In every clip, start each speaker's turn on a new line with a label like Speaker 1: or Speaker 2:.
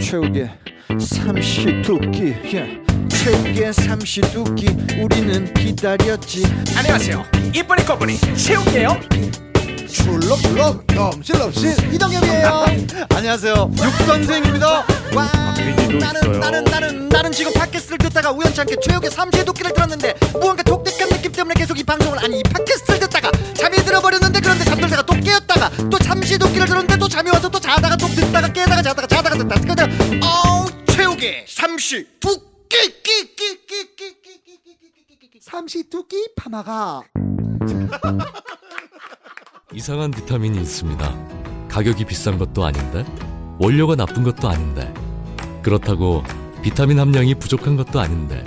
Speaker 1: 체육에 삼시두끼 예. 체육에 삼시두끼 우리는 기다렸지
Speaker 2: 안녕하세요. 이쁜이 꺼분이 채울게요.
Speaker 3: 출렁출렁 넘실넘실 이동엽이에요
Speaker 1: 안녕하세요 육선생입니다 와
Speaker 4: 있어요.
Speaker 1: 나는 나는 나는 나는 지금 팟캐스트를 듣다가 우연찮게 최욱의 삼시두끼를 들었는데 무언가 독특한 느낌 때문에 계속 이 방송을 아니 이 팟캐스트를 듣다가 잠이 들어버렸는데 그런데 잠들다가 또 깨었다가 또 삼시두끼를 들었는데 또 잠이 와서 또 자다가 또 듣다가 깨다가 자다가 자다가 듣다가 그러다 어우 최욱의 삼시두끼 끼끼끼끼끼끼끼끼끼끼끼끼
Speaker 3: 삼시두끼 파마가
Speaker 5: 이상한 비타민이 있습니다. 가격이 비싼 것도 아닌데, 원료가 나쁜 것도 아닌데, 그렇다고 비타민 함량이 부족한 것도 아닌데,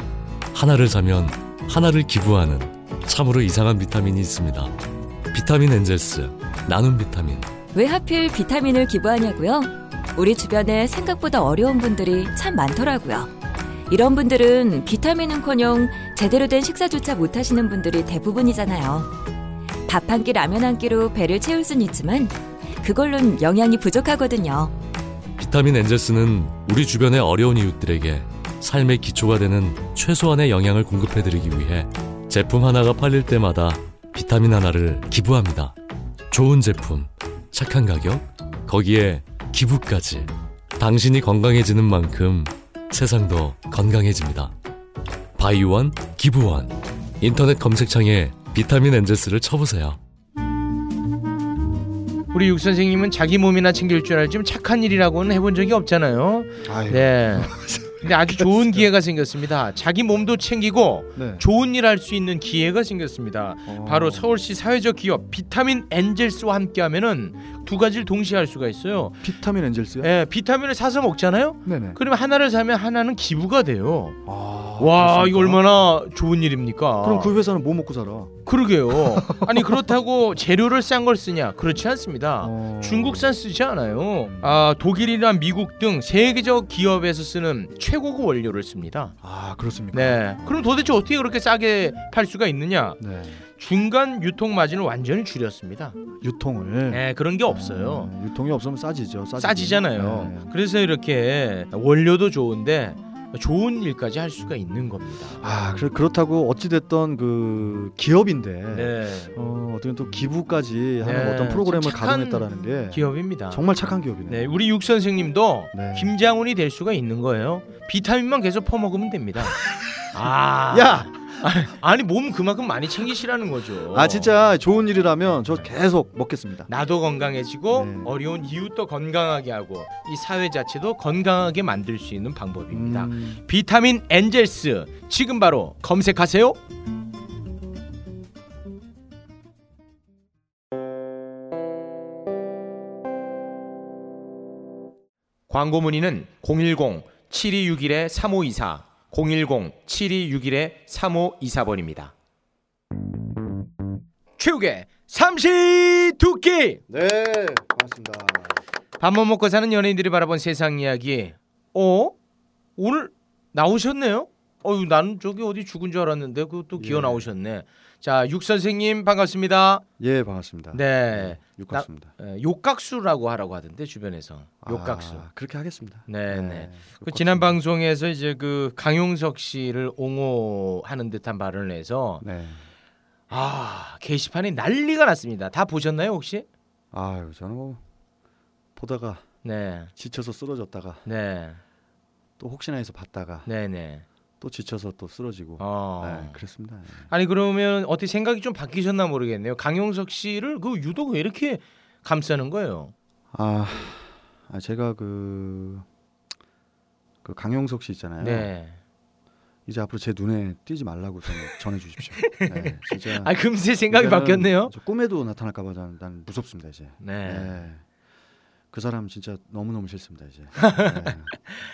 Speaker 5: 하나를 사면 하나를 기부하는 참으로 이상한 비타민이 있습니다. 비타민 엔젤스, 나눔 비타민.
Speaker 6: 왜 하필 비타민을 기부하냐고요? 우리 주변에 생각보다 어려운 분들이 참 많더라고요. 이런 분들은 비타민은커녕 제대로 된 식사조차 못하시는 분들이 대부분이잖아요. 밥 한 끼 라면 한 끼로 배를 채울 순 있지만 그걸로는 영양이 부족하거든요.
Speaker 5: 비타민 엔젤스는 우리 주변의 어려운 이웃들에게 삶의 기초가 되는 최소한의 영양을 공급해드리기 위해 제품 하나가 팔릴 때마다 비타민 하나를 기부합니다. 좋은 제품, 착한 가격, 거기에 기부까지. 당신이 건강해지는 만큼 세상도 건강해집니다. 바이원, 기부원. 인터넷 검색창에 비타민 엔젤스를 쳐보세요.
Speaker 7: 우리 육 선생님은 자기 몸이나 챙길 줄 알지만 착한 일이라고는 해본 적이 없잖아요. 네. 근데 아주 좋은 기회가 생겼습니다. 자기 몸도 챙기고
Speaker 1: 네.
Speaker 7: 좋은 일 할 수 있는 기회가 생겼습니다. 바로 서울시 사회적 기업 비타민 엔젤스와 함께하면은 두 가지를 동시에 할 수가 있어요.
Speaker 4: 비타민 엔젤스요?
Speaker 7: 예, 비타민을 사서 먹잖아요.
Speaker 4: 네네.
Speaker 7: 그러면 하나를 사면 하나는 기부가 돼요.
Speaker 4: 아,
Speaker 7: 와,
Speaker 4: 그렇습니까?
Speaker 7: 이거 얼마나 좋은 일입니까?
Speaker 4: 그럼 그 회사는 뭐 먹고 살아?
Speaker 7: 그러게요. 아니 그렇다고 재료를 싼 걸 쓰냐? 그렇지 않습니다.
Speaker 4: 어.
Speaker 7: 아, 중국산 쓰지 않아요. 아, 독일이나 미국 등 세계적 기업에서 쓰는 최고급 원료를 씁니다.
Speaker 4: 아 그렇습니까?
Speaker 7: 네. 그럼 도대체 어떻게 그렇게 싸게 팔 수가 있느냐?
Speaker 4: 네.
Speaker 7: 중간 유통 마진을 완전히 줄였습니다.
Speaker 4: 유통을.
Speaker 7: 네, 그런 게 없어요. 네.
Speaker 4: 네, 유통이 없으면 싸지죠. 네. 싸지.
Speaker 7: 싸지잖아요. 그래서 이렇게 원료도 좋은데 좋은 일까지 할 수가 있는 겁니다.
Speaker 4: 아 그래, 그렇다고 어찌 됐던 그 기업인데
Speaker 7: 네.
Speaker 4: 어, 어떻게 또 기부까지 하는
Speaker 7: 네,
Speaker 4: 어떤 프로그램을
Speaker 7: 착한
Speaker 4: 가동했다라는 게
Speaker 7: 기업입니다.
Speaker 4: 정말 착한 기업이네요.
Speaker 7: 네, 우리 육 선생님도
Speaker 4: 네.
Speaker 7: 김장훈이 될 수가 있는 거예요. 비타민만 계속 퍼먹으면 됩니다. 아,
Speaker 4: 야,
Speaker 7: 아니 몸 그만큼 많이 챙기시라는 거죠.
Speaker 4: 아 진짜 좋은 일이라면 저 계속 먹겠습니다.
Speaker 7: 나도 건강해지고
Speaker 4: 네.
Speaker 7: 어려운 이웃도 건강하게 하고 이 사회 자체도 건강하게 만들 수 있는 방법입니다.
Speaker 4: 음,
Speaker 7: 비타민 엔젤스 지금 바로 검색하세요. 광고 문의는 010-7261-3524 010-7261-3524번입니다. 최욱의 삼시 두끼
Speaker 3: 네 반갑습니다
Speaker 7: 밥 못 먹고 사는 연예인들이 바라본 세상 이야기. 어? 오늘 나오셨네요? 어유 나는 저기 어디 죽은 줄 알았는데 그것도 기어 나오셨네. 자, 육 선생님 반갑습니다.
Speaker 4: 예 반갑습니다.
Speaker 7: 아, 네.
Speaker 4: 육각수입니다.
Speaker 7: 에, 욕각수라고 하라고 하던데 주변에서. 욕각수.
Speaker 4: 아, 그렇게 하겠습니다.
Speaker 7: 네, 네. 그
Speaker 4: 욕각수.
Speaker 7: 지난 방송에서 이제 그 강용석 씨를 옹호하는 듯한 발언을 해서
Speaker 4: 네.
Speaker 7: 아, 게시판이 난리가 났습니다. 다 보셨나요, 혹시?
Speaker 4: 아유 저는 뭐 보다가
Speaker 7: 네.
Speaker 4: 지쳐서 쓰러졌다가
Speaker 7: 네.
Speaker 4: 또 혹시나 해서 봤다가
Speaker 7: 네, 네.
Speaker 4: 또 지쳐서 또 쓰러지고.
Speaker 7: 어.
Speaker 4: 네, 그렇습니다. 예.
Speaker 7: 아니 그러면 어떻게 생각이 좀 바뀌셨나 모르겠네요. 강용석 씨를 그 유독 왜 이렇게 감싸는 거예요?
Speaker 4: 아, 아, 제가 그, 그 강용석 씨 있잖아요.
Speaker 7: 네.
Speaker 4: 이제 앞으로 제 눈에 띄지 말라고 전, 전해주십시오. 네, 진짜.
Speaker 7: 아 금세 생각이
Speaker 4: 이제는
Speaker 7: 바뀌었네요.
Speaker 4: 저 꿈에도 나타날까봐 난, 난 무섭습니다 이제. 네.
Speaker 7: 네.
Speaker 4: 그 사람 진짜 너무 너무 싫습니다 이제. 네.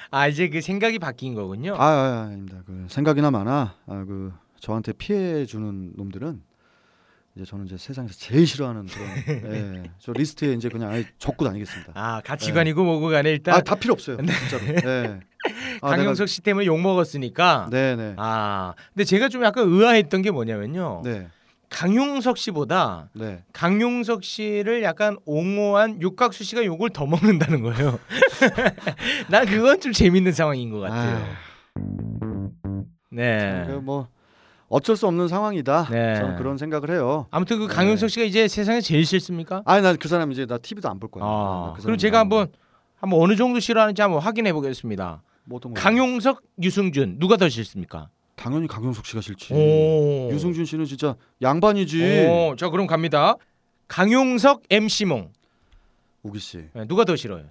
Speaker 7: 아 이제 그 생각이 바뀐 거군요.
Speaker 4: 아, 아, 아, 닙니다그 생각이나 많아. 아, 그 저한테 피해 주는 놈들은 이제 저는 이제 세상에서 제일 싫어하는 그런. 네. 저 리스트에 이제 그냥 아예 적고 다니겠습니다.
Speaker 7: 아 가치관이고 뭐고 간에 일단
Speaker 4: 아 다 필요 없어요. 진짜로. 네. 아, 내가-
Speaker 7: 강용석 아, 씨 때문에 욕 먹었으니까.
Speaker 4: 네네.
Speaker 7: 아 근데 제가 좀 약간 의아했던 게 뭐냐면요.
Speaker 4: 네.
Speaker 7: 강용석 씨보다
Speaker 4: 네.
Speaker 7: 강용석 씨를 약간 옹호한 육각수 씨가 욕을 더 먹는다는 거예요. 난 그건 좀 재밌는 상황인 것 같아요. 네.
Speaker 4: 그뭐 어쩔 수 없는 상황이다.
Speaker 7: 네.
Speaker 4: 저는 그런 생각을 해요.
Speaker 7: 아무튼 그 강용석 씨가 이제 세상에 제일 싫습니까?
Speaker 4: 네. 아니 난 그 사람 이제 나 TV도 안 볼 거야. 아,
Speaker 7: 아,
Speaker 4: 나그
Speaker 7: 그리고
Speaker 4: 사람
Speaker 7: 제가
Speaker 4: 안 봐.
Speaker 7: 한번 한번 어느 정도 싫어하는지 한번 확인해 보겠습니다.
Speaker 4: 뭐 어떤 거?
Speaker 7: 강용석, 유승준 누가 더 싫습니까?
Speaker 4: 당연히 강용석 씨가 싫지.
Speaker 7: 오.
Speaker 4: 유승준 씨는 진짜 양반이지.
Speaker 7: 오, 자 그럼 갑니다. 강용석, MC몽 네,
Speaker 4: 우기 씨
Speaker 7: 누가 더 싫어요?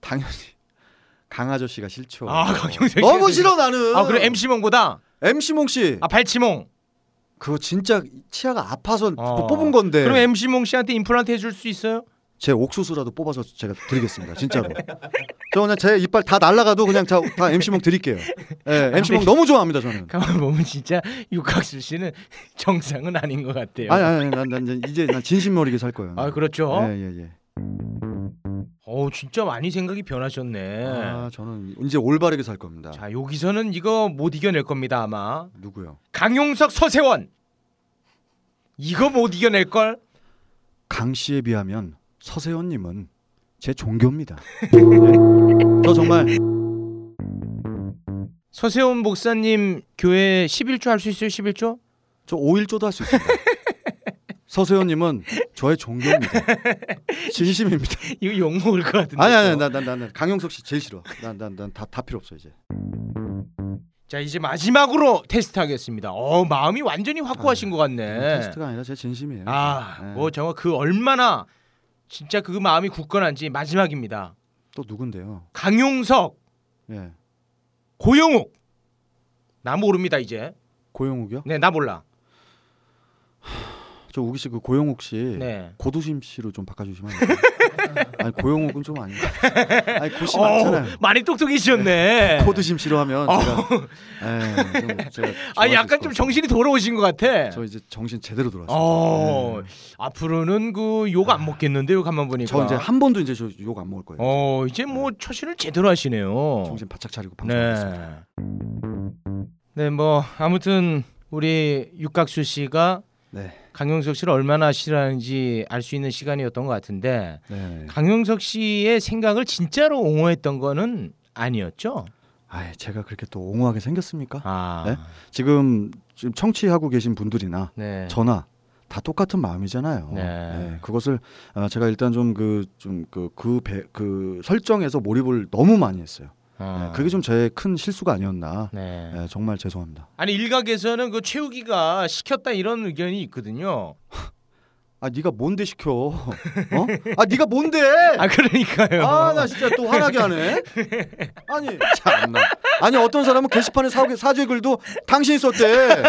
Speaker 4: 당연히 강아저씨가 싫죠.
Speaker 7: 아, 강용석 씨가 더
Speaker 4: 어. 너무 싫어 나는.
Speaker 7: 아 그럼 MC몽보다
Speaker 4: MC 몽 씨.
Speaker 7: 아 발치몽.
Speaker 4: 그거 진짜 치아가 아파서
Speaker 7: 어.
Speaker 4: 뽑은 건데.
Speaker 7: 그럼 MC몽 씨한테 임플란트 해줄 수 있어요?
Speaker 4: 제 옥수수라도 뽑아서 제가 드리겠습니다. 진짜로. 저 그냥 제 이빨 다 날라가도 그냥 다, 다 MC 몽 드릴게요.
Speaker 7: 아,
Speaker 4: 예, MC
Speaker 7: 네.
Speaker 4: 몽 너무 좋아합니다 저는.
Speaker 7: 가만 보면 진짜 육각수 씨는 정상은 아닌 것 같아요.
Speaker 4: 아니 아니 아니, 난, 난 이제- 이제 난 진심 어리게 살 거예요.
Speaker 7: 네. 아, 그렇죠.
Speaker 4: 예예 예.
Speaker 7: 어 진짜 많이 생각이 변하셨네.
Speaker 4: 아 저는 이제 올바르게 살 겁니다.
Speaker 7: 자 여기서는 이거 못 이겨낼 겁니다 아마.
Speaker 4: 누구요?
Speaker 7: 강용석, 서세원 이거 못 이겨낼 걸.
Speaker 4: 강 씨에 비하면 서세원님은 제 종교입니다. 저 정말
Speaker 7: 서세원 목사님 교회 11조 할 수 있어요? 11조?
Speaker 4: 저 5일조도 할 수 있습니다. 서세원님은 저의 종교입니다. 진심입니다.
Speaker 7: 이거 욕 먹을 것 같은데.
Speaker 4: 아니 아니
Speaker 7: 또.
Speaker 4: 난난난 강용석 씨 제일 싫어. 난 난 난 다 다 필요 없어 이제.
Speaker 7: 자 이제 마지막으로 테스트하겠습니다. 어 마음이 완전히 확고하신 것 같네.
Speaker 4: 아, 테스트가 아니라 제 진심이에요. 네.
Speaker 7: 아뭐 정말 그 얼마나 진짜 그 마음이 굳건한지 마지막입니다.
Speaker 4: 또 누군데요?
Speaker 7: 강용석,
Speaker 4: 예.
Speaker 7: 고영욱 나 모릅니다 이제.
Speaker 4: 고영욱이요?
Speaker 7: 네 나 몰라.
Speaker 4: 저 우기 씨 그 고영욱 씨
Speaker 7: 네.
Speaker 4: 고두심 씨로 좀 바꿔주시면 안 돼요? 아니 고영욱은 좀 아닌데. 아니 고씨
Speaker 7: 어
Speaker 4: 맞잖아요.
Speaker 7: 많이 똑똑해지셨네.
Speaker 4: 고두심 씨로 하면 제가 예, 좀 제가
Speaker 7: 아
Speaker 4: 좋아질
Speaker 7: 약간
Speaker 4: 것
Speaker 7: 좀
Speaker 4: 같아요.
Speaker 7: 정신이 돌아오신 것 같아.
Speaker 4: 저 이제 정신 제대로 돌아왔어요.
Speaker 7: 어 앞으로는 그 욕 안 먹겠는데요 가만 보니까
Speaker 4: 네. 아. 저 이제 한 번도 이제 저 욕 안 먹을 거예요.
Speaker 7: 어 이제 뭐 처신을 제대로 어. 하시네요
Speaker 4: 정신 바짝 차리고 방송하겠습니다.
Speaker 7: 네네 뭐 아무튼 우리 육각수 씨가
Speaker 4: 네.
Speaker 7: 강용석 씨를 얼마나 싫어하는지 알 수 있는 시간이었던 것 같은데
Speaker 4: 네.
Speaker 7: 강용석 씨의 생각을 진짜로 옹호했던 거는 아니었죠
Speaker 4: 아, 제가 그렇게 또 옹호하게 생겼습니까?
Speaker 7: 아네
Speaker 4: 지금 지금 청취하고 계신 분들이나
Speaker 7: 네.
Speaker 4: 전화 다 똑같은 마음이잖아요.
Speaker 7: 네.
Speaker 4: 예, 그것을 아, 제가 일단 좀 그 좀 그 그 설정에서 몰입을 너무 많이 했어요.
Speaker 7: 아.
Speaker 4: 예, 그게 좀 제 큰 실수가 아니었나.
Speaker 7: 네.
Speaker 4: 예, 정말 죄송합니다.
Speaker 7: 아니 일각에서는 그 최우기가 시켰다 이런 의견이 있거든요
Speaker 4: 아 네가 뭔데 시켜? 어? 아 네가 뭔데?
Speaker 7: 아 그러니까요
Speaker 4: 아 나 진짜 또 화나게 하네. 아니 참나. 아니 어떤 사람은 게시판에 사, 사죄 글도 당신이 썼대.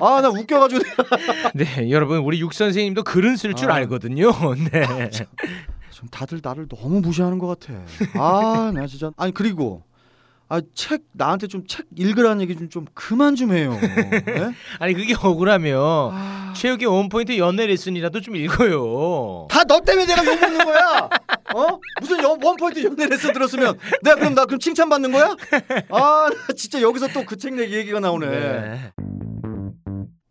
Speaker 4: 아 나 웃겨가지고.
Speaker 7: 네, 여러분 우리 육 선생님도 글은 쓸 줄
Speaker 4: 아.
Speaker 7: 알거든요. 네.
Speaker 4: 좀 다들 나를 너무 무시하는 것 같아. 아, 나 진짜. 아니 그리고 아, 책 나한테 좀 책 읽으라는 얘기 좀, 좀 그만 좀 해요. 예?
Speaker 7: 아니 그게 억울하며
Speaker 4: 아.
Speaker 7: 최욱의 원포인트 연애 레슨이라도 좀 읽어요.
Speaker 4: 다너 때문에 내가 욕 먹는 거야. 어? 무슨 여, 원포인트 연애 레슨 들었으면 내가 그럼 나 그럼 칭찬 받는 거야? 아, 나 진짜 여기서 또 그 책 얘기 얘기가 나오네.
Speaker 7: 네.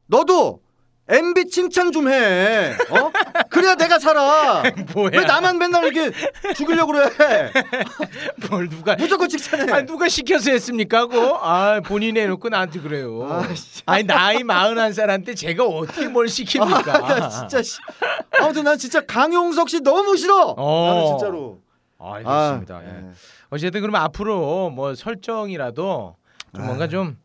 Speaker 4: 너도 MB 칭찬 좀 해. 어? 그래야 내가 살아.
Speaker 7: 뭐야?
Speaker 4: 왜 나만 맨날 이렇게 죽이려고 그래?
Speaker 7: 뭘 누가
Speaker 4: 무조건 칭찬해.
Speaker 7: 아, 누가 시켜서 했습니까? 그거? 아 본인이 해놓고 나한테 그래요. 아니 나이 마흔한 살한테 제가 어떻게 뭘 시킵니까?
Speaker 4: 아, 나 진짜 씨. 아무튼 난 진짜 강용석 씨 너무 싫어.
Speaker 7: 어.
Speaker 4: 나는 진짜로. 네.
Speaker 7: 아, 알겠습니다. 예. 어쨌든 그러면 앞으로 뭐 설정이라도 좀
Speaker 4: 아.
Speaker 7: 뭔가 좀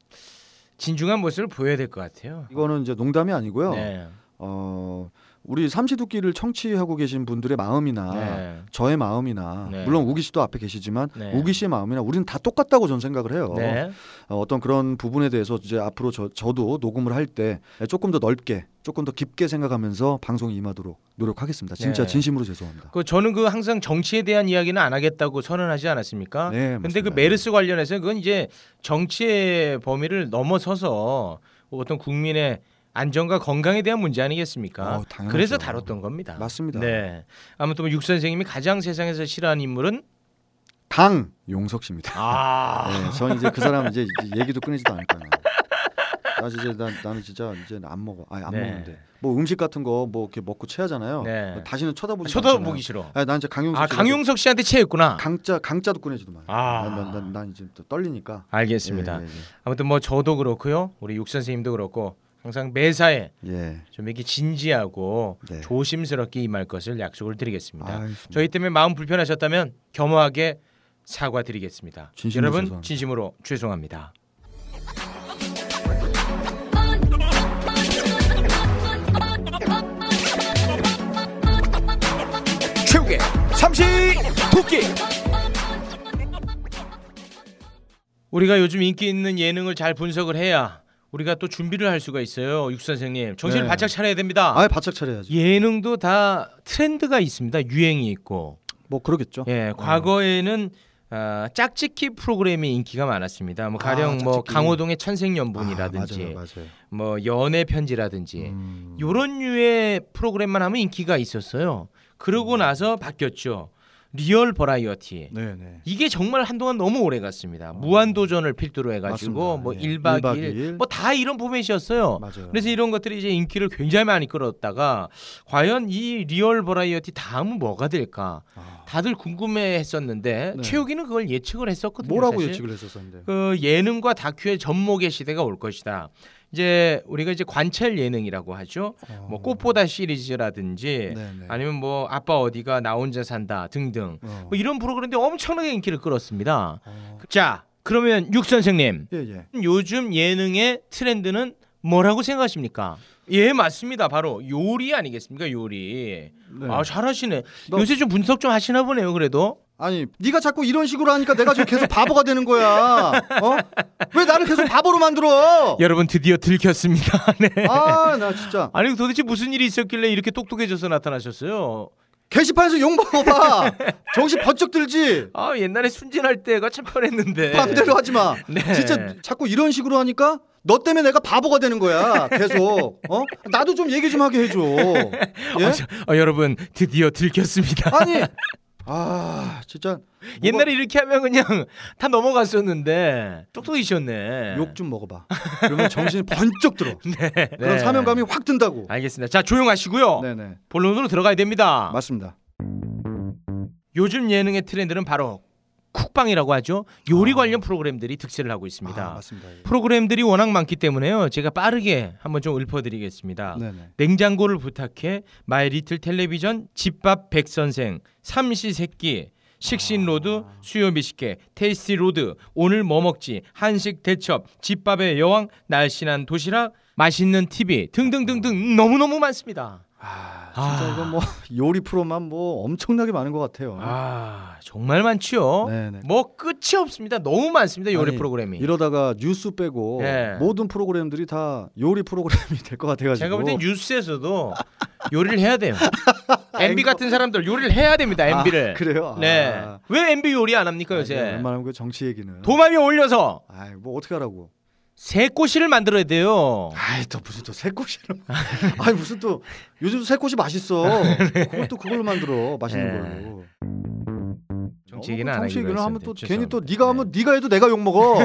Speaker 7: 진중한 모습을 보여야 될 것 같아요.
Speaker 4: 이거는 이제 농담이 아니고요.
Speaker 7: 네.
Speaker 4: 어, 우리 삼시두끼를 청취하고 계신 분들의 마음이나
Speaker 7: 네.
Speaker 4: 저의 마음이나
Speaker 7: 네.
Speaker 4: 물론 우기 씨도 앞에 계시지만
Speaker 7: 네.
Speaker 4: 우기 씨의 마음이나 우리는 다 똑같다고 저는 생각을 해요.
Speaker 7: 네.
Speaker 4: 어, 어떤 그런 부분에 대해서 이제 앞으로 저, 저도 녹음을 할 때 조금 더 넓게, 조금 더 깊게 생각하면서 방송에 임하도록 노력하겠습니다. 진짜
Speaker 7: 네.
Speaker 4: 진심으로 죄송합니다.
Speaker 7: 그 저는 그 항상 정치에 대한 이야기는 안 하겠다고 선언하지 않았습니까?
Speaker 4: 네,
Speaker 7: 근데 그
Speaker 4: 맞습니다.
Speaker 7: 메르스 관련해서 그건 이제 정치의 범위를 넘어서서 어떤 국민의 안전과 건강에 대한 문제 아니겠습니까?
Speaker 4: 어, 당연하죠.
Speaker 7: 그래서 다뤘던 겁니다.
Speaker 4: 맞습니다.
Speaker 7: 네. 아무튼 뭐육 선생님이 가장 세상에서 싫어하는 인물은
Speaker 4: 강용석 씨입니다.
Speaker 7: 아.
Speaker 4: 네, 전 이제 그 사람 이제 이제 얘기도 끊이지도 않을 거예요. 나 진짜 나, 나는 진짜 이제 안 먹어. 아예 안
Speaker 7: 네.
Speaker 4: 먹는데. 뭐 음식 같은 거 뭐 이렇게 먹고 체하잖아요. 뭐
Speaker 7: 네.
Speaker 4: 다시는 쳐다보지.
Speaker 7: 쳐다보기 싫어.
Speaker 4: 아, 난 이제 강용석.
Speaker 7: 아
Speaker 4: 씨가
Speaker 7: 강용석 씨한테 체했구나.
Speaker 4: 또 강자 강자도 꺼내지도 마.
Speaker 7: 아.
Speaker 4: 난, 난, 난, 난 이제 또 떨리니까.
Speaker 7: 알겠습니다.
Speaker 4: 예,
Speaker 7: 아무튼 뭐 저도 그렇고요. 우리 육 선생님도 그렇고 항상 매사에
Speaker 4: 예, 예. 예.
Speaker 7: 좀 이렇게 진지하고
Speaker 4: 네.
Speaker 7: 조심스럽게 임할 것을 약속을 드리겠습니다.
Speaker 4: 아유, 네.
Speaker 7: 저희 때문에 마음 불편하셨다면 겸허하게 사과드리겠습니다.
Speaker 4: 진심으로
Speaker 7: 여러분
Speaker 4: 죄송합니다.
Speaker 7: 진심으로 죄송합니다.
Speaker 2: 최욱의 삼시 도끼
Speaker 7: 우리가 요즘 인기 있는 예능을 잘 분석을 해야 우리가 또 준비를 할 수가 있어요. 육 선생님 정신을
Speaker 4: 네.
Speaker 7: 바짝 차려야 됩니다.
Speaker 4: 아예 바짝 차려야지.
Speaker 7: 예능도 다 트렌드가 있습니다. 유행이 있고
Speaker 4: 뭐 그러겠죠.
Speaker 7: 예, 과거에는 아, 짝짓기 프로그램이 인기가 많았습니다. 뭐 가령
Speaker 4: 아,
Speaker 7: 뭐
Speaker 4: 짝짓기.
Speaker 7: 강호동의
Speaker 4: 아,
Speaker 7: 천생연분이라든지 예.
Speaker 4: 맞아요, 맞아요.
Speaker 7: 뭐 연애 편지라든지
Speaker 4: 음.
Speaker 7: 요런 류의 프로그램만 하면 인기가 있었어요.
Speaker 4: 음.
Speaker 7: 그러고 나서 바뀌었죠. 리얼 버라이어티.
Speaker 4: 네, 네.
Speaker 7: 이게 정말 한동안 너무 오래 갔습니다. 무한도전을 필두로 해가지고
Speaker 4: 맞습니다.
Speaker 7: 뭐
Speaker 4: 예.
Speaker 7: 1박
Speaker 4: 1박
Speaker 7: 2일,
Speaker 4: 이일.
Speaker 7: 뭐 다 이런 포맷이었어요.
Speaker 4: 맞아요.
Speaker 7: 그래서 뭐 이런 것들이 이제 인기를 굉장히 많이 끌었다가 과연 이 리얼 버라이어티 다음은 뭐가 될까 다들 궁금해했었는데
Speaker 4: 아. 네.
Speaker 7: 최욱이는 그걸 예측을 했었거든요.
Speaker 4: 뭐라고
Speaker 7: 사실.
Speaker 4: 예측을 했었었는데.
Speaker 7: 그 예능과 다큐의 접목의 시대가 올 것이다. 이제 우리가 이제 관찰 예능이라고 하죠. 뭐 꽃보다 시리즈라든지
Speaker 4: 어, 네, 네.
Speaker 7: 아니면 뭐 아빠 어디가 나 혼자 산다 등등
Speaker 4: 어.
Speaker 7: 뭐 이런 프로그램들이 엄청나게 인기를 끌었습니다. 자 그러면 육 선생님
Speaker 4: 예, 예.
Speaker 7: 요즘 예능의 트렌드는 뭐라고 생각하십니까? 예 맞습니다. 바로 요리 아니겠습니까? 요리.
Speaker 4: 네.
Speaker 7: 아 잘하시네.
Speaker 4: 너-
Speaker 7: 요새 좀 분석 좀 하시나 보네요. 그래도
Speaker 4: 아니 네가 자꾸 이런 식으로 하니까 내가 지금 계속 바보가 되는 거야. 어? 왜 나를 계속 바보로 만들어?
Speaker 7: 여러분 드디어 들켰습니다. 네.
Speaker 4: 아 나 진짜
Speaker 7: 아니 도대체 무슨 일이 있었길래 이렇게 똑똑해져서 나타나셨어요?
Speaker 4: 게시판에서 욕 먹어봐. 정신 번쩍 들지.
Speaker 7: 아 옛날에 순진할 때가 참 편했는데.
Speaker 4: 반대로 하지 마.
Speaker 7: 네.
Speaker 4: 진짜 자꾸 이런 식으로 하니까 너 때문에 내가 바보가 되는 거야. 계속. 어? 나도 좀 얘기 좀 하게 해줘. 예?
Speaker 7: 아, 저- 아, 여러분 드디어 들켰습니다.
Speaker 4: 아니. 아 진짜 뭐가-
Speaker 7: 옛날에 이렇게 하면 그냥 다 넘어갔었는데 똑똑이셨네.
Speaker 4: 욕 좀 먹어봐. 그러면 정신이 번쩍 들어. 그런
Speaker 7: 네. 아,
Speaker 4: 사명감이 확 든다고.
Speaker 7: 알겠습니다. 자 조용하시고요.
Speaker 4: 네네
Speaker 7: 본론으로 들어가야 됩니다.
Speaker 4: 맞습니다.
Speaker 7: 요즘 예능의 트렌드는 바로 쿡방이라고 하죠. 요리 관련 프로그램들이 득세를 하고 있습니다.
Speaker 4: 아, 맞습니다. 예.
Speaker 7: 프로그램들이 워낙 많기 때문에요. 제가 빠르게 한번 좀 읊어드리겠습니다.
Speaker 4: 네네.
Speaker 7: 냉장고를 부탁해, 마이 리틀 텔레비전, 집밥 백선생, 삼시세끼,
Speaker 4: 아.
Speaker 7: 식신로드, 수요미식회, 테이스티로드, 오늘 뭐 먹지, 한식 대첩, 집밥의 여왕, 날씬한 도시락, 맛있는 TV 등등등등 너무너무 많습니다.
Speaker 4: 아, 진짜 이거 뭐 요리 프로만 뭐 엄청나게 많은 것 같아요.
Speaker 7: 아 정말 많지요.
Speaker 4: 네네.
Speaker 7: 뭐 끝이 없습니다. 너무 많습니다 요리
Speaker 4: 아니,
Speaker 7: 프로그램이.
Speaker 4: 이러다가 뉴스 빼고
Speaker 7: 예.
Speaker 4: 모든 프로그램들이 다 요리 프로그램이 될 것 같아가지고.
Speaker 7: 제가 볼 땐 뉴스에서도 요리를 해야 돼요. MB 같은 사람들 요리를 해야 됩니다.
Speaker 4: 아,
Speaker 7: MB를.
Speaker 4: 그래요?
Speaker 7: 네.
Speaker 4: 아.
Speaker 7: 왜 MB 요리 안 합니까 요새?
Speaker 4: 아니, 웬만하면 그 정치 얘기는.
Speaker 7: 도마 위에 올려서
Speaker 4: 아이 뭐 어떻게 하라고.
Speaker 7: 새꼬시를 만들어야 돼요.
Speaker 4: 아이 또 무슨 또 새꼬시로. 아이 무슨 또 요즘 새꼬시 맛있어. 그걸 또 그걸로 만들어 맛있는
Speaker 7: 네.
Speaker 4: 걸로. 너무
Speaker 7: 정치 얘기는
Speaker 4: 또
Speaker 7: 안
Speaker 4: 정치
Speaker 7: 하기로
Speaker 4: 얘기는 하면 또
Speaker 7: 했었는데,
Speaker 4: 괜히 또
Speaker 7: 죄송합니다.
Speaker 4: 네가 하면 네가 해도 내가 욕 먹어.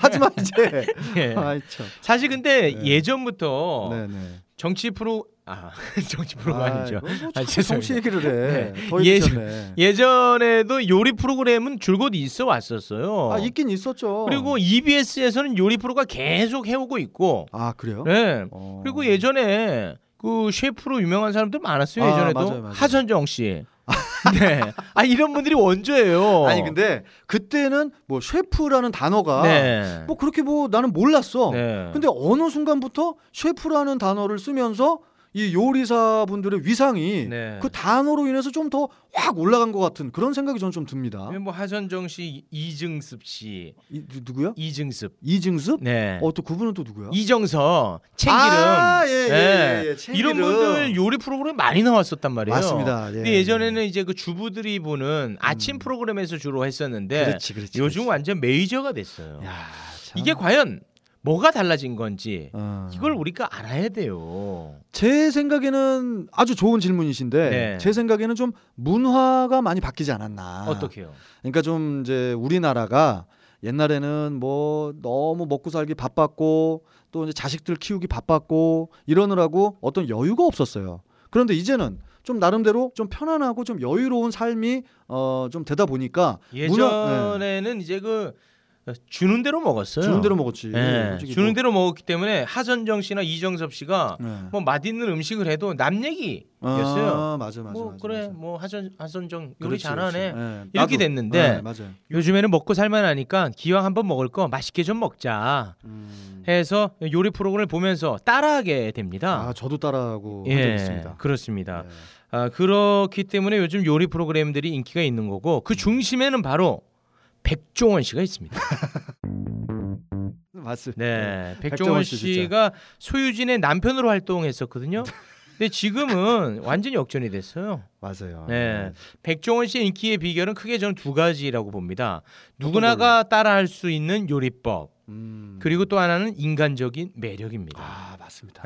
Speaker 4: 하지만 이제.
Speaker 7: 예.
Speaker 4: 아이 참.
Speaker 7: 사실 근데
Speaker 4: 네.
Speaker 7: 예전부터
Speaker 4: 네네.
Speaker 7: 정치 프로 아 정치 프로가 어, 아, 니죠
Speaker 4: 이거 뭐
Speaker 7: 아,
Speaker 4: 자꾸 정치
Speaker 7: 죄송해요.
Speaker 4: 얘기를 해.
Speaker 7: 네.
Speaker 4: 더
Speaker 7: 예,
Speaker 4: 예전에.
Speaker 7: 예전에도 요리 프로그램은 줄곧 있어 왔었어요.
Speaker 4: 아 있긴 있었죠.
Speaker 7: 그리고 EBS에서는 요리 프로가 계속 해오고 있고.
Speaker 4: 아 그래요?
Speaker 7: 네.
Speaker 4: 어.
Speaker 7: 그리고 예전에 그 셰프로 유명한 사람들 많았어요.
Speaker 4: 아,
Speaker 7: 예전에도
Speaker 4: 맞아요, 맞아요.
Speaker 7: 하선정 씨. 네. 아 이런 분들이 원조예요.
Speaker 4: 아니 근데 그때는 뭐 셰프라는 단어가
Speaker 7: 네.
Speaker 4: 뭐 그렇게 뭐 나는 몰랐어.
Speaker 7: 네.
Speaker 4: 근데 어느 순간부터 셰프라는 단어를 쓰면서 이 요리사 분들의 위상이
Speaker 7: 네.
Speaker 4: 그 단어로 인해서 좀 더 확 올라간 것 같은 그런 생각이 저는 좀 듭니다.
Speaker 7: 뭐 하선정 씨, 이증습 씨,
Speaker 4: 이, 누- 누구야?
Speaker 7: 이증습.
Speaker 4: 이증습?
Speaker 7: 네.
Speaker 4: 어 또 그분은 또 누구야?
Speaker 7: 이정서, 챙기름.
Speaker 4: 아, 예, 예,
Speaker 7: 네.
Speaker 4: 예, 예, 챙기름.
Speaker 7: 이런 분들 요리 프로그램 많이 나왔었단 말이에요.
Speaker 4: 맞습니다. 예. 음.
Speaker 7: 근데 예전에는 이제 그 주부들이 보는 아침 프로그램에서 주로 했었는데
Speaker 4: 그렇지, 그렇지.
Speaker 7: 요즘 완전 메이저가 됐어요.
Speaker 4: 그렇지. 야, 참.
Speaker 7: 이게 과연 뭐가 달라진 건지
Speaker 4: 어.
Speaker 7: 이걸 우리가 알아야 돼요.
Speaker 4: 제 생각에는 아주 좋은 질문이신데
Speaker 7: 네.
Speaker 4: 제 생각에는 좀 문화가 많이 바뀌지 않았나.
Speaker 7: 어떻게요?
Speaker 4: 그러니까 좀 이제 우리나라가 옛날에는 뭐 너무 먹고 살기 바빴고 또 이제 자식들 키우기 바빴고 이러느라고 어떤 여유가 없었어요. 그런데 이제는 좀 나름대로 좀 편안하고 좀 여유로운 삶이 어, 좀 되다 보니까 문화- 네.
Speaker 7: 예전에는 이제 그 주는 대로 먹었어요.
Speaker 4: 주는 대로 먹었지.
Speaker 7: 예,
Speaker 4: 솔직히
Speaker 7: 주는
Speaker 4: 뭐-
Speaker 7: 대로 먹었기 때문에 하선정 씨나 이정섭 씨가
Speaker 4: 네.
Speaker 7: 뭐 맛있는 음식을 해도 남 얘기였어요.
Speaker 4: 아, 맞아 맞아.
Speaker 7: 뭐
Speaker 4: 맞아,
Speaker 7: 그래
Speaker 4: 맞아.
Speaker 7: 뭐 하선 하선정 요리
Speaker 4: 그렇지,
Speaker 7: 잘하네.
Speaker 4: 그렇지. 예,
Speaker 7: 이렇게
Speaker 4: 나도.
Speaker 7: 됐는데
Speaker 4: 예, 맞아요.
Speaker 7: 요즘에는 먹고 살만하니까 기왕 한번 먹을 거 맛있게 좀 먹자
Speaker 4: 음.
Speaker 7: 해서 요리 프로그램을 보면서 따라하게 됩니다.
Speaker 4: 아 저도 따라하고 한 적이
Speaker 7: 예,
Speaker 4: 있습니다.
Speaker 7: 그렇습니다.
Speaker 4: 예.
Speaker 7: 아, 그렇기 때문에 요즘 요리 프로그램들이 인기가 있는 거고
Speaker 4: 음.
Speaker 7: 그 중심에는 바로 백종원 씨가 있습니다.
Speaker 4: 맞습니다.
Speaker 7: 네, 백종원
Speaker 4: 백종원 씨 진짜.
Speaker 7: 씨가 소유진의 남편으로 활동했었거든요. 근데 지금은 완전히 역전이 됐어요.
Speaker 4: 맞아요.
Speaker 7: 네. 백종원 씨의 인기의 비결은 크게 저는 두 가지라고 봅니다. 누구나가 따라할 수 있는 요리법
Speaker 4: 음.
Speaker 7: 그리고 또 하나는 인간적인 매력입니다.
Speaker 4: 아 맞습니다.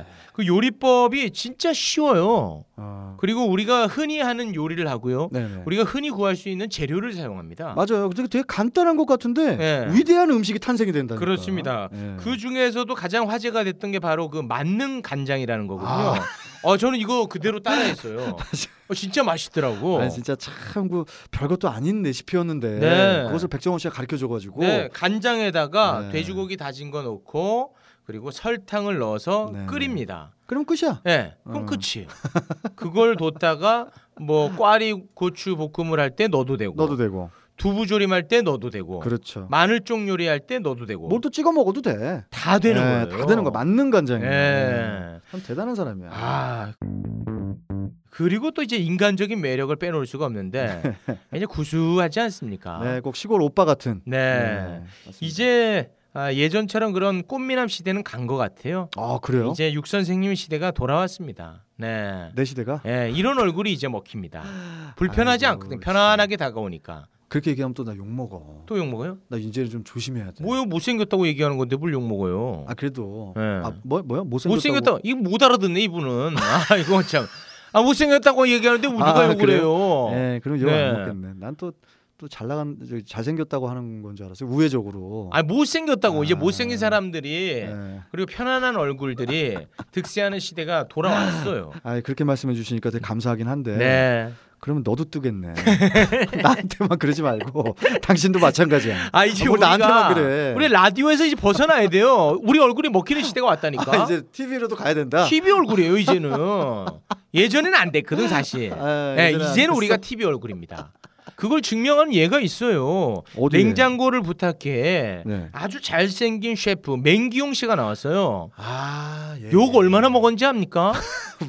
Speaker 7: 예. 그 요리법이 진짜 쉬워요.
Speaker 4: 어.
Speaker 7: 그리고 우리가 흔히 하는 요리를 하고요.
Speaker 4: 네네.
Speaker 7: 뭐 우리가 흔히 구할 수 있는 재료를 사용합니다.
Speaker 4: 맞아요. 근데 되게 간단한 것 같은데
Speaker 7: 예.
Speaker 4: 위대한 음식이 탄생이 예. 된다.
Speaker 7: 그렇습니다.
Speaker 4: 네.
Speaker 7: 그 중에서도 가장 화제가 됐던 게 바로 그 만능 간장이라는 거군요.
Speaker 4: 아.
Speaker 7: 어, 저는 이거 그대로 따라했어요. 어, 진짜 맛있더라고.
Speaker 4: 아니, 진짜 참그 별것도 아닌 레시피였는데
Speaker 7: 네.
Speaker 4: 그것을 백종원 씨가 가르쳐 줘가지고
Speaker 7: 네, 간장에다가
Speaker 4: 네.
Speaker 7: 돼지고기 다진 거 넣고 그리고 설탕을 넣어서
Speaker 4: 네.
Speaker 7: 끓입니다.
Speaker 4: 그럼 끝이야.
Speaker 7: 예, 그럼
Speaker 4: 어.
Speaker 7: 끝이에요. 그걸 뒀다가 뭐 꽈리 고추 볶음을 할 때 넣어도 되고,
Speaker 4: 넣어도 되고.
Speaker 7: 두부 조림할 때 넣어도 되고,
Speaker 4: 그렇죠.
Speaker 7: 마늘종 요리할 때 넣어도 되고,
Speaker 4: 뭘 또 찍어 먹어도 돼.
Speaker 7: 뭐. 다 되는
Speaker 4: 예,
Speaker 7: 거예요.
Speaker 4: 뭐 다 되는 거 맞는 간장이. 네.
Speaker 7: 예.
Speaker 4: 참 대단한 사람이야.
Speaker 7: 아. 그리고 또 이제 인간적인 매력을 빼놓을 수가 없는데 이제 구수하지 않습니까?
Speaker 4: 네, 꼭 시골 오빠 같은.
Speaker 7: 아. 네.
Speaker 4: 맞습니다.
Speaker 7: 이제 아, 예전처럼 그런 꽃미남 시대는 간 것 같아요.
Speaker 4: 아 그래요?
Speaker 7: 이제 육 선생님 시대가 돌아왔습니다. 네.
Speaker 4: 내 시대가
Speaker 7: 예, 이런 얼굴이 이제 먹힙니다. 불편하지
Speaker 4: 아이고,
Speaker 7: 않거든. 편안하게 다가오니까.
Speaker 4: 그렇게 얘기하면 또 나 욕 먹어.
Speaker 7: 또 욕 먹어요?
Speaker 4: 나 이제는 좀 조심해야 돼.
Speaker 7: 뭐요? 못생겼다고 얘기하는 건데 뭘 욕 먹어요?
Speaker 4: 아 그래도
Speaker 7: 네.
Speaker 4: 아뭐 뭐야 못생겼다고.
Speaker 7: 못생겼다. 이거 못 알아듣네 이분은. 아 이거 참. 아 못생겼다고 얘기하는데 누가
Speaker 4: 아,
Speaker 7: 욕을
Speaker 4: 그래요?
Speaker 7: 해요?
Speaker 4: 네, 그럼 욕
Speaker 7: 네.
Speaker 4: 안 먹겠네. 난 또 또 잘 나간 저, 잘생겼다고 하는 건 줄 알았어요. 우회적으로.
Speaker 7: 아 예. 못생겼다고 이제
Speaker 4: 아.
Speaker 7: 못생긴 사람들이
Speaker 4: 네.
Speaker 7: 그리고 편안한 얼굴들이 득세하는 시대가 돌아왔어요.
Speaker 4: 아 그렇게 말씀해 주시니까 되게 감사하긴 한데.
Speaker 7: 네.
Speaker 4: 그러면 너도 뜨겠네. 나한테만 그러지 말고 당신도 마찬가지야.
Speaker 7: 아 이제
Speaker 4: 아, 뭘
Speaker 7: 우리가
Speaker 4: 나한테만 그래.
Speaker 7: 우리 라디오에서 이제 벗어나야 돼요. 우리 얼굴이 먹히는 시대가 왔다니까.
Speaker 4: 아, 이제 TV로도 가야 된다.
Speaker 7: TV 얼굴이에요 이제는. 예전에는 안 됐거든 사실.
Speaker 4: 아,
Speaker 7: 예,
Speaker 4: 예전엔 안
Speaker 7: 이제는
Speaker 4: 됐어?
Speaker 7: 우리가 TV 얼굴입니다. 그걸 증명하는 예가 있어요.
Speaker 4: 어디에?
Speaker 7: 냉장고를 부탁해.
Speaker 4: 네.
Speaker 7: 아주 잘생긴 셰프 맹기용 씨가 나왔어요.
Speaker 4: 아, 예.
Speaker 7: 욕 얼마나 먹었는지 압니까?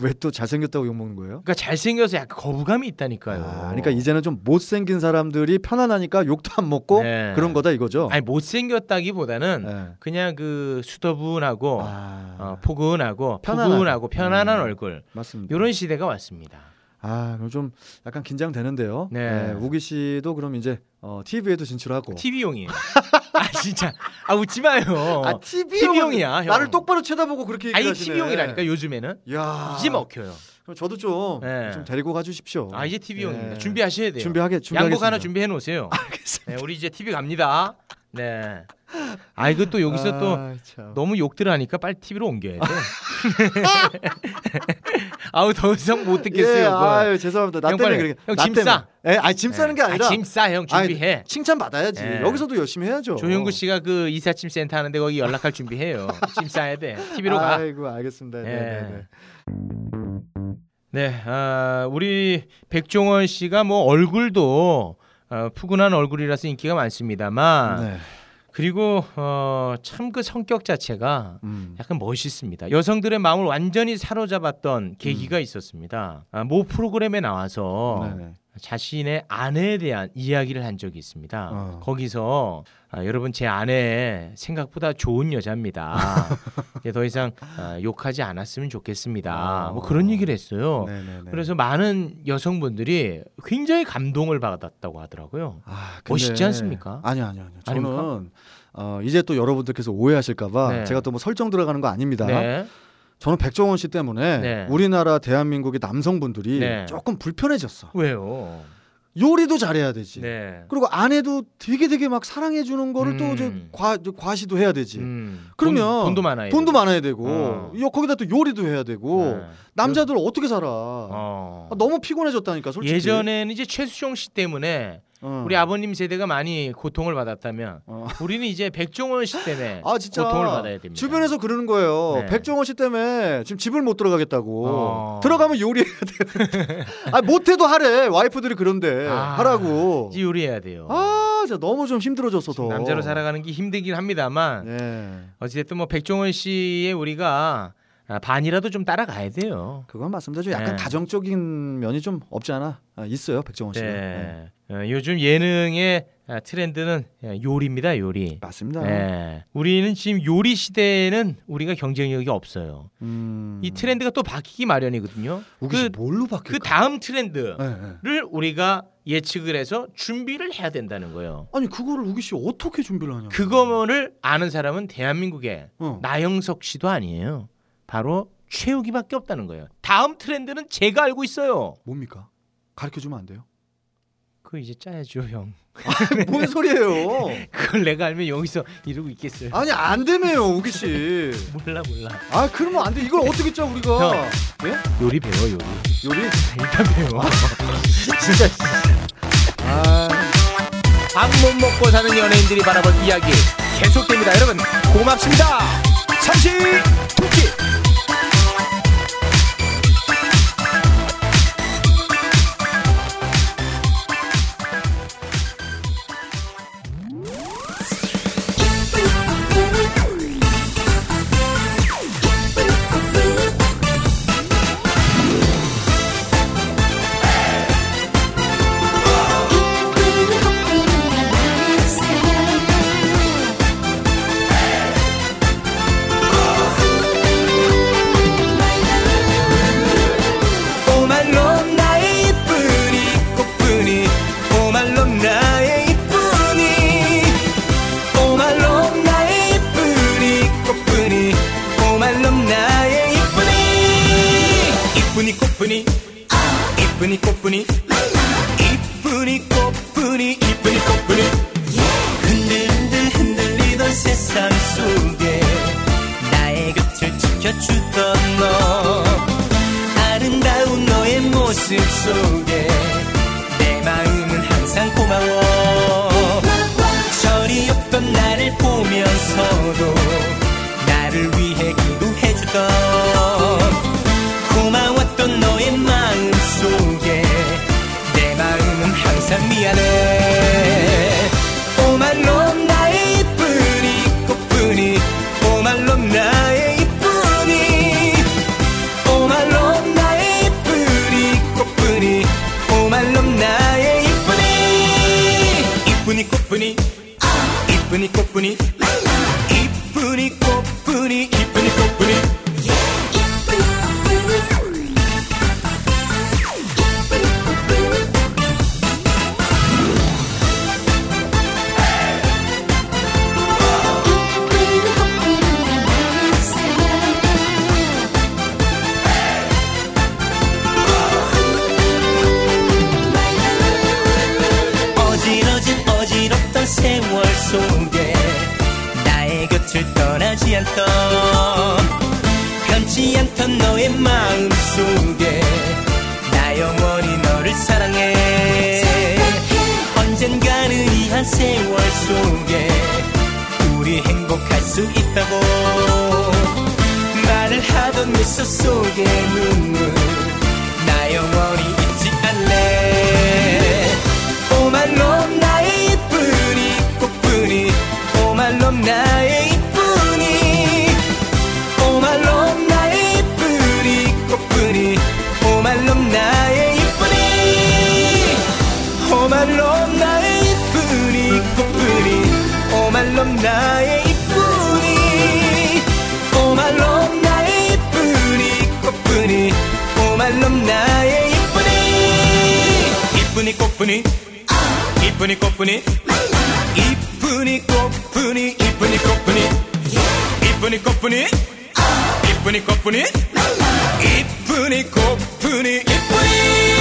Speaker 4: 왜또 잘생겼다고 욕 먹는 거예요?
Speaker 7: 그러니까 잘생겨서 약간 거부감이 있다니까요.
Speaker 4: 아, 그러니까 이제는 좀 못생긴 사람들이 편안하니까 욕도 안 먹고
Speaker 7: 네.
Speaker 4: 그런 거다 이거죠.
Speaker 7: 아니 못생겼다기보다는
Speaker 4: 어. 네.
Speaker 7: 그냥 그 수더분하고
Speaker 4: 아,
Speaker 7: 어, 포근하고
Speaker 4: 편안한.
Speaker 7: 포근하고 편안한
Speaker 4: 음.
Speaker 7: 얼굴
Speaker 4: 맞습니다.
Speaker 7: 이런 시대가 왔습니다.
Speaker 4: 아, 그럼 좀 약간 긴장되는데요. 네.
Speaker 7: 네.
Speaker 4: 우기 씨도 그럼 이제 어, TV에도 진출하고.
Speaker 7: TV용이에요. 아 진짜 아 웃지 마요. 아,
Speaker 4: TV
Speaker 7: TV 용이야, 형.
Speaker 4: 어, 나를 똑바로 쳐다보고 그렇게
Speaker 7: 니
Speaker 4: 얘기하시네. 아.
Speaker 7: TV용이라니까 요즘에는
Speaker 4: 야.
Speaker 7: 이제 먹혀요.
Speaker 4: 그럼 저도 좀,
Speaker 7: 네.
Speaker 4: 좀 데리고 가주십시오.
Speaker 7: 아 이제 TV용입니다.
Speaker 4: 예.
Speaker 7: 준비하셔야 돼요.
Speaker 4: 준비하게 준비하겠습니다.
Speaker 7: 양복 하나 준비해 놓으세요. 알겠습니다. 네, 우리 이제 TV 갑니다. 네. 아 이거 또 여기서
Speaker 4: 아,
Speaker 7: 또
Speaker 4: 참.
Speaker 7: 너무 욕들 하니까 빨리 TV로 옮겨야 돼. 아우 더 이상 못 듣겠어요.
Speaker 4: 예,
Speaker 7: 이거.
Speaker 4: 아유 죄송합니다. 나
Speaker 7: 형
Speaker 4: 때문에
Speaker 7: 빨리.
Speaker 4: 그렇게.
Speaker 7: 형
Speaker 4: 나
Speaker 7: 짐
Speaker 4: 때문에.
Speaker 7: 싸.
Speaker 4: 예, 아니 짐 싸는 게 아니라.
Speaker 7: 짐싸형
Speaker 4: 아니,
Speaker 7: 준비해.
Speaker 4: 칭찬 받아야지.
Speaker 7: 예.
Speaker 4: 여기서도 열심히 해야죠.
Speaker 7: 조영구 씨가 그 이삿짐 센터 하는데 거기 연락할 준비해요. 짐 싸야 돼. TV로 가.
Speaker 4: 아이고 알겠습니다. 네,
Speaker 7: 예.
Speaker 4: 네, 네.
Speaker 7: 네, 아, 우리 백종원 씨가 뭐 얼굴도 어, 푸근한 얼굴이라서 인기가 많습니다만
Speaker 4: 네.
Speaker 7: 그리고 어, 참 그 성격 자체가
Speaker 4: 음.
Speaker 7: 약간 멋있습니다. 여성들의 마음을 완전히
Speaker 4: 음.
Speaker 7: 사로잡았던 계기가 있었습니다. 아, 모 프로그램에 나와서
Speaker 4: 네, 네.
Speaker 7: 자신의 아내에 대한 이야기를 한 적이 있습니다.
Speaker 4: 어.
Speaker 7: 거기서 아, 여러분 제 아내 생각보다 좋은 여자입니다. 이제 더 이상 아, 욕하지 않았으면 좋겠습니다.
Speaker 4: 어.
Speaker 7: 뭐 그런 얘기를 했어요.
Speaker 4: 네, 네, 네.
Speaker 7: 그래서 많은 여성분들이 굉장히 감동을 받았다고 하더라고요.
Speaker 4: 아,
Speaker 7: 멋있지 않습니까?
Speaker 4: 아니요, 아니요, 아니요. 저는
Speaker 7: 아닙니까?
Speaker 4: 어, 이제 또 여러분들께서 오해하실까봐
Speaker 7: 네.
Speaker 4: 제가 또 뭐 설정 들어가는 거 아닙니다.
Speaker 7: 네.
Speaker 4: 저는 백종원 씨 때문에
Speaker 7: 네.
Speaker 4: 우리나라 대한민국의 남성분들이
Speaker 7: 네.
Speaker 4: 조금 불편해졌어.
Speaker 7: 왜요?
Speaker 4: 요리도 잘해야 되지.
Speaker 7: 네.
Speaker 4: 그리고 아내도 되게 되게 막 사랑해 주는 거를 또 이제
Speaker 7: 음.
Speaker 4: 과, 과시도 해야 되지.
Speaker 7: 음.
Speaker 4: 그러면
Speaker 7: 돈, 도 많아요.
Speaker 4: 돈도 많아야 되고
Speaker 7: 어.
Speaker 4: 여- 거기다 또 요리도 해야 되고
Speaker 7: 네.
Speaker 4: 남자들 어떻게 살아?
Speaker 7: 어.
Speaker 4: 아, 너무 피곤해졌다니까 솔직히.
Speaker 7: 예전에는 이제 최수종 씨 때문에
Speaker 4: 어.
Speaker 7: 우리 아버님 세대가 많이 고통을 받았다면
Speaker 4: 어.
Speaker 7: 우리는 이제 백종원 씨 때문에
Speaker 4: 아 진짜
Speaker 7: 네. 고통을 받아야 됩니다.
Speaker 4: 주변에서 그러는 거예요.
Speaker 7: 네.
Speaker 4: 백종원 씨 때문에 지금 집을 못 들어가겠다고.
Speaker 7: 어.
Speaker 4: 들어가면 요리해야 되는데. 아 못해도 하래. 와이프들이 그런데
Speaker 7: 아,
Speaker 4: 하라고.
Speaker 7: 이제 요리해야 돼요.
Speaker 4: 아 진짜 너무 좀 힘들어졌어 더.
Speaker 7: 남자로 살아가는 게 힘들긴 합니다만
Speaker 4: 네.
Speaker 7: 어찌됐든 뭐 백종원 씨의 우리가 아, 반이라도 좀 따라가야 돼요.
Speaker 4: 그건 맞습니다. 좀 약간
Speaker 7: 네.
Speaker 4: 가정적인 면이 좀 없지 않아 아, 있어요 백종원 씨는. 네.
Speaker 7: 네. 어, 요즘 예능의 아, 트렌드는 예, 요리입니다, 요리.
Speaker 4: 맞습니다.
Speaker 7: 네. 우리는 지금 요리 시대에는 우리가 경쟁력이 없어요.
Speaker 4: 음.
Speaker 7: 이 트렌드가 또 바뀌기 마련이거든요.
Speaker 4: 우기 씨
Speaker 7: 그,
Speaker 4: 뭘로
Speaker 7: 그
Speaker 4: 바뀔까?
Speaker 7: 다음 트렌드를
Speaker 4: 네, 네.
Speaker 7: 우리가 예측을 해서 준비를 해야 된다는 거예요.
Speaker 4: 아니 그거를 우기 씨 어떻게 준비를 하냐?
Speaker 7: 그거를 아는 사람은 대한민국에
Speaker 4: 어.
Speaker 7: 나영석 씨도 아니에요. 바로 최욱이밖에 없다는 거예요. 다음 트렌드는 제가 알고 있어요.
Speaker 4: 뭡니까? 가르쳐 주면 안 돼요?
Speaker 7: 그 이제 짜야죠, 형.
Speaker 4: 뭔
Speaker 7: 네.
Speaker 4: 소리예요?
Speaker 7: 그걸 내가 알면 여기서 이러고 있겠어요.
Speaker 4: 아니 안 되네요 우기 씨.
Speaker 7: 몰라 몰라.
Speaker 4: 아 그러면 안 돼. 이걸 어떻게 짜 우리가?
Speaker 7: 형. 요리 배워 요리.
Speaker 4: 요리.
Speaker 7: 일단 배워.
Speaker 4: 진짜. 아.
Speaker 2: 밥 못 먹고 사는 연예인들이 바라본 이야기 계속됩니다 여러분 고맙습니다 삼시 토끼
Speaker 8: 오말롬 나의 이쁜이 꽃뿐이 오말롬 나의 이쁜이 오말롬 나의 이쁜이 꽃뿐이 오말롬 나의 이쁜이 이쁜이 꽃뿐이 이쁜이 꽃뿐이 이쁜이 꽃뿐이 이쁜이 꽃뿐이 흔들흔들 흔들리던 세상 속에 나의 곁을 지켜주던 너 아름다운 너의 모습 속에 내 마음은 항상 고마워 절이 없던 나를 보면서도 나를 위해 기도해주던 고마웠던 너의 마음 속에 내 마음은 항상 미안해 오말롬 나의 이쁜이 꽃뿐이 오말롬 나의 이쁜이 오말롬 나의 이쁜이 꽃뿐이 오말롬 나의 이쁜이 이쁜이 꽃뿐이 이쁜이 꽃뿐이 이쁜이 꽃뿐이 이쁜이 꽃뿐이 어지러진 어지럽던 세월 속에 나의 곁을 떠나지 않던 변치 않던 너의 마음 속에 나 영원히 너를 사랑해 언젠가는 이 한 세월 속에 우리 행복할 수 있다고 말을 하던 미소 속에 눈물 나 영원히 잊지 않네 오말롬 나의 이쁜이 꽃뿐이 오말롬 나의 이쁜이 오말롬 나의 이쁜이 꽃뿐이 오말롬 나의 이쁜이 오말롬 나의 이쁜이 꽃뿐이 오말롬 나의 이쁜이 오말롬 나의 이쁜이 꽃뿐이 오말롬 나의 이쁜이 이쁜이 꽃뿐이 이쁜이 꽃뿐이 이쁜이 꽃뿐이 이쁜이 꽃뿐이 이쁜이 꽃뿐이 이쁜이 꽃뿐이 이쁜이 꽃뿐이 이쁜이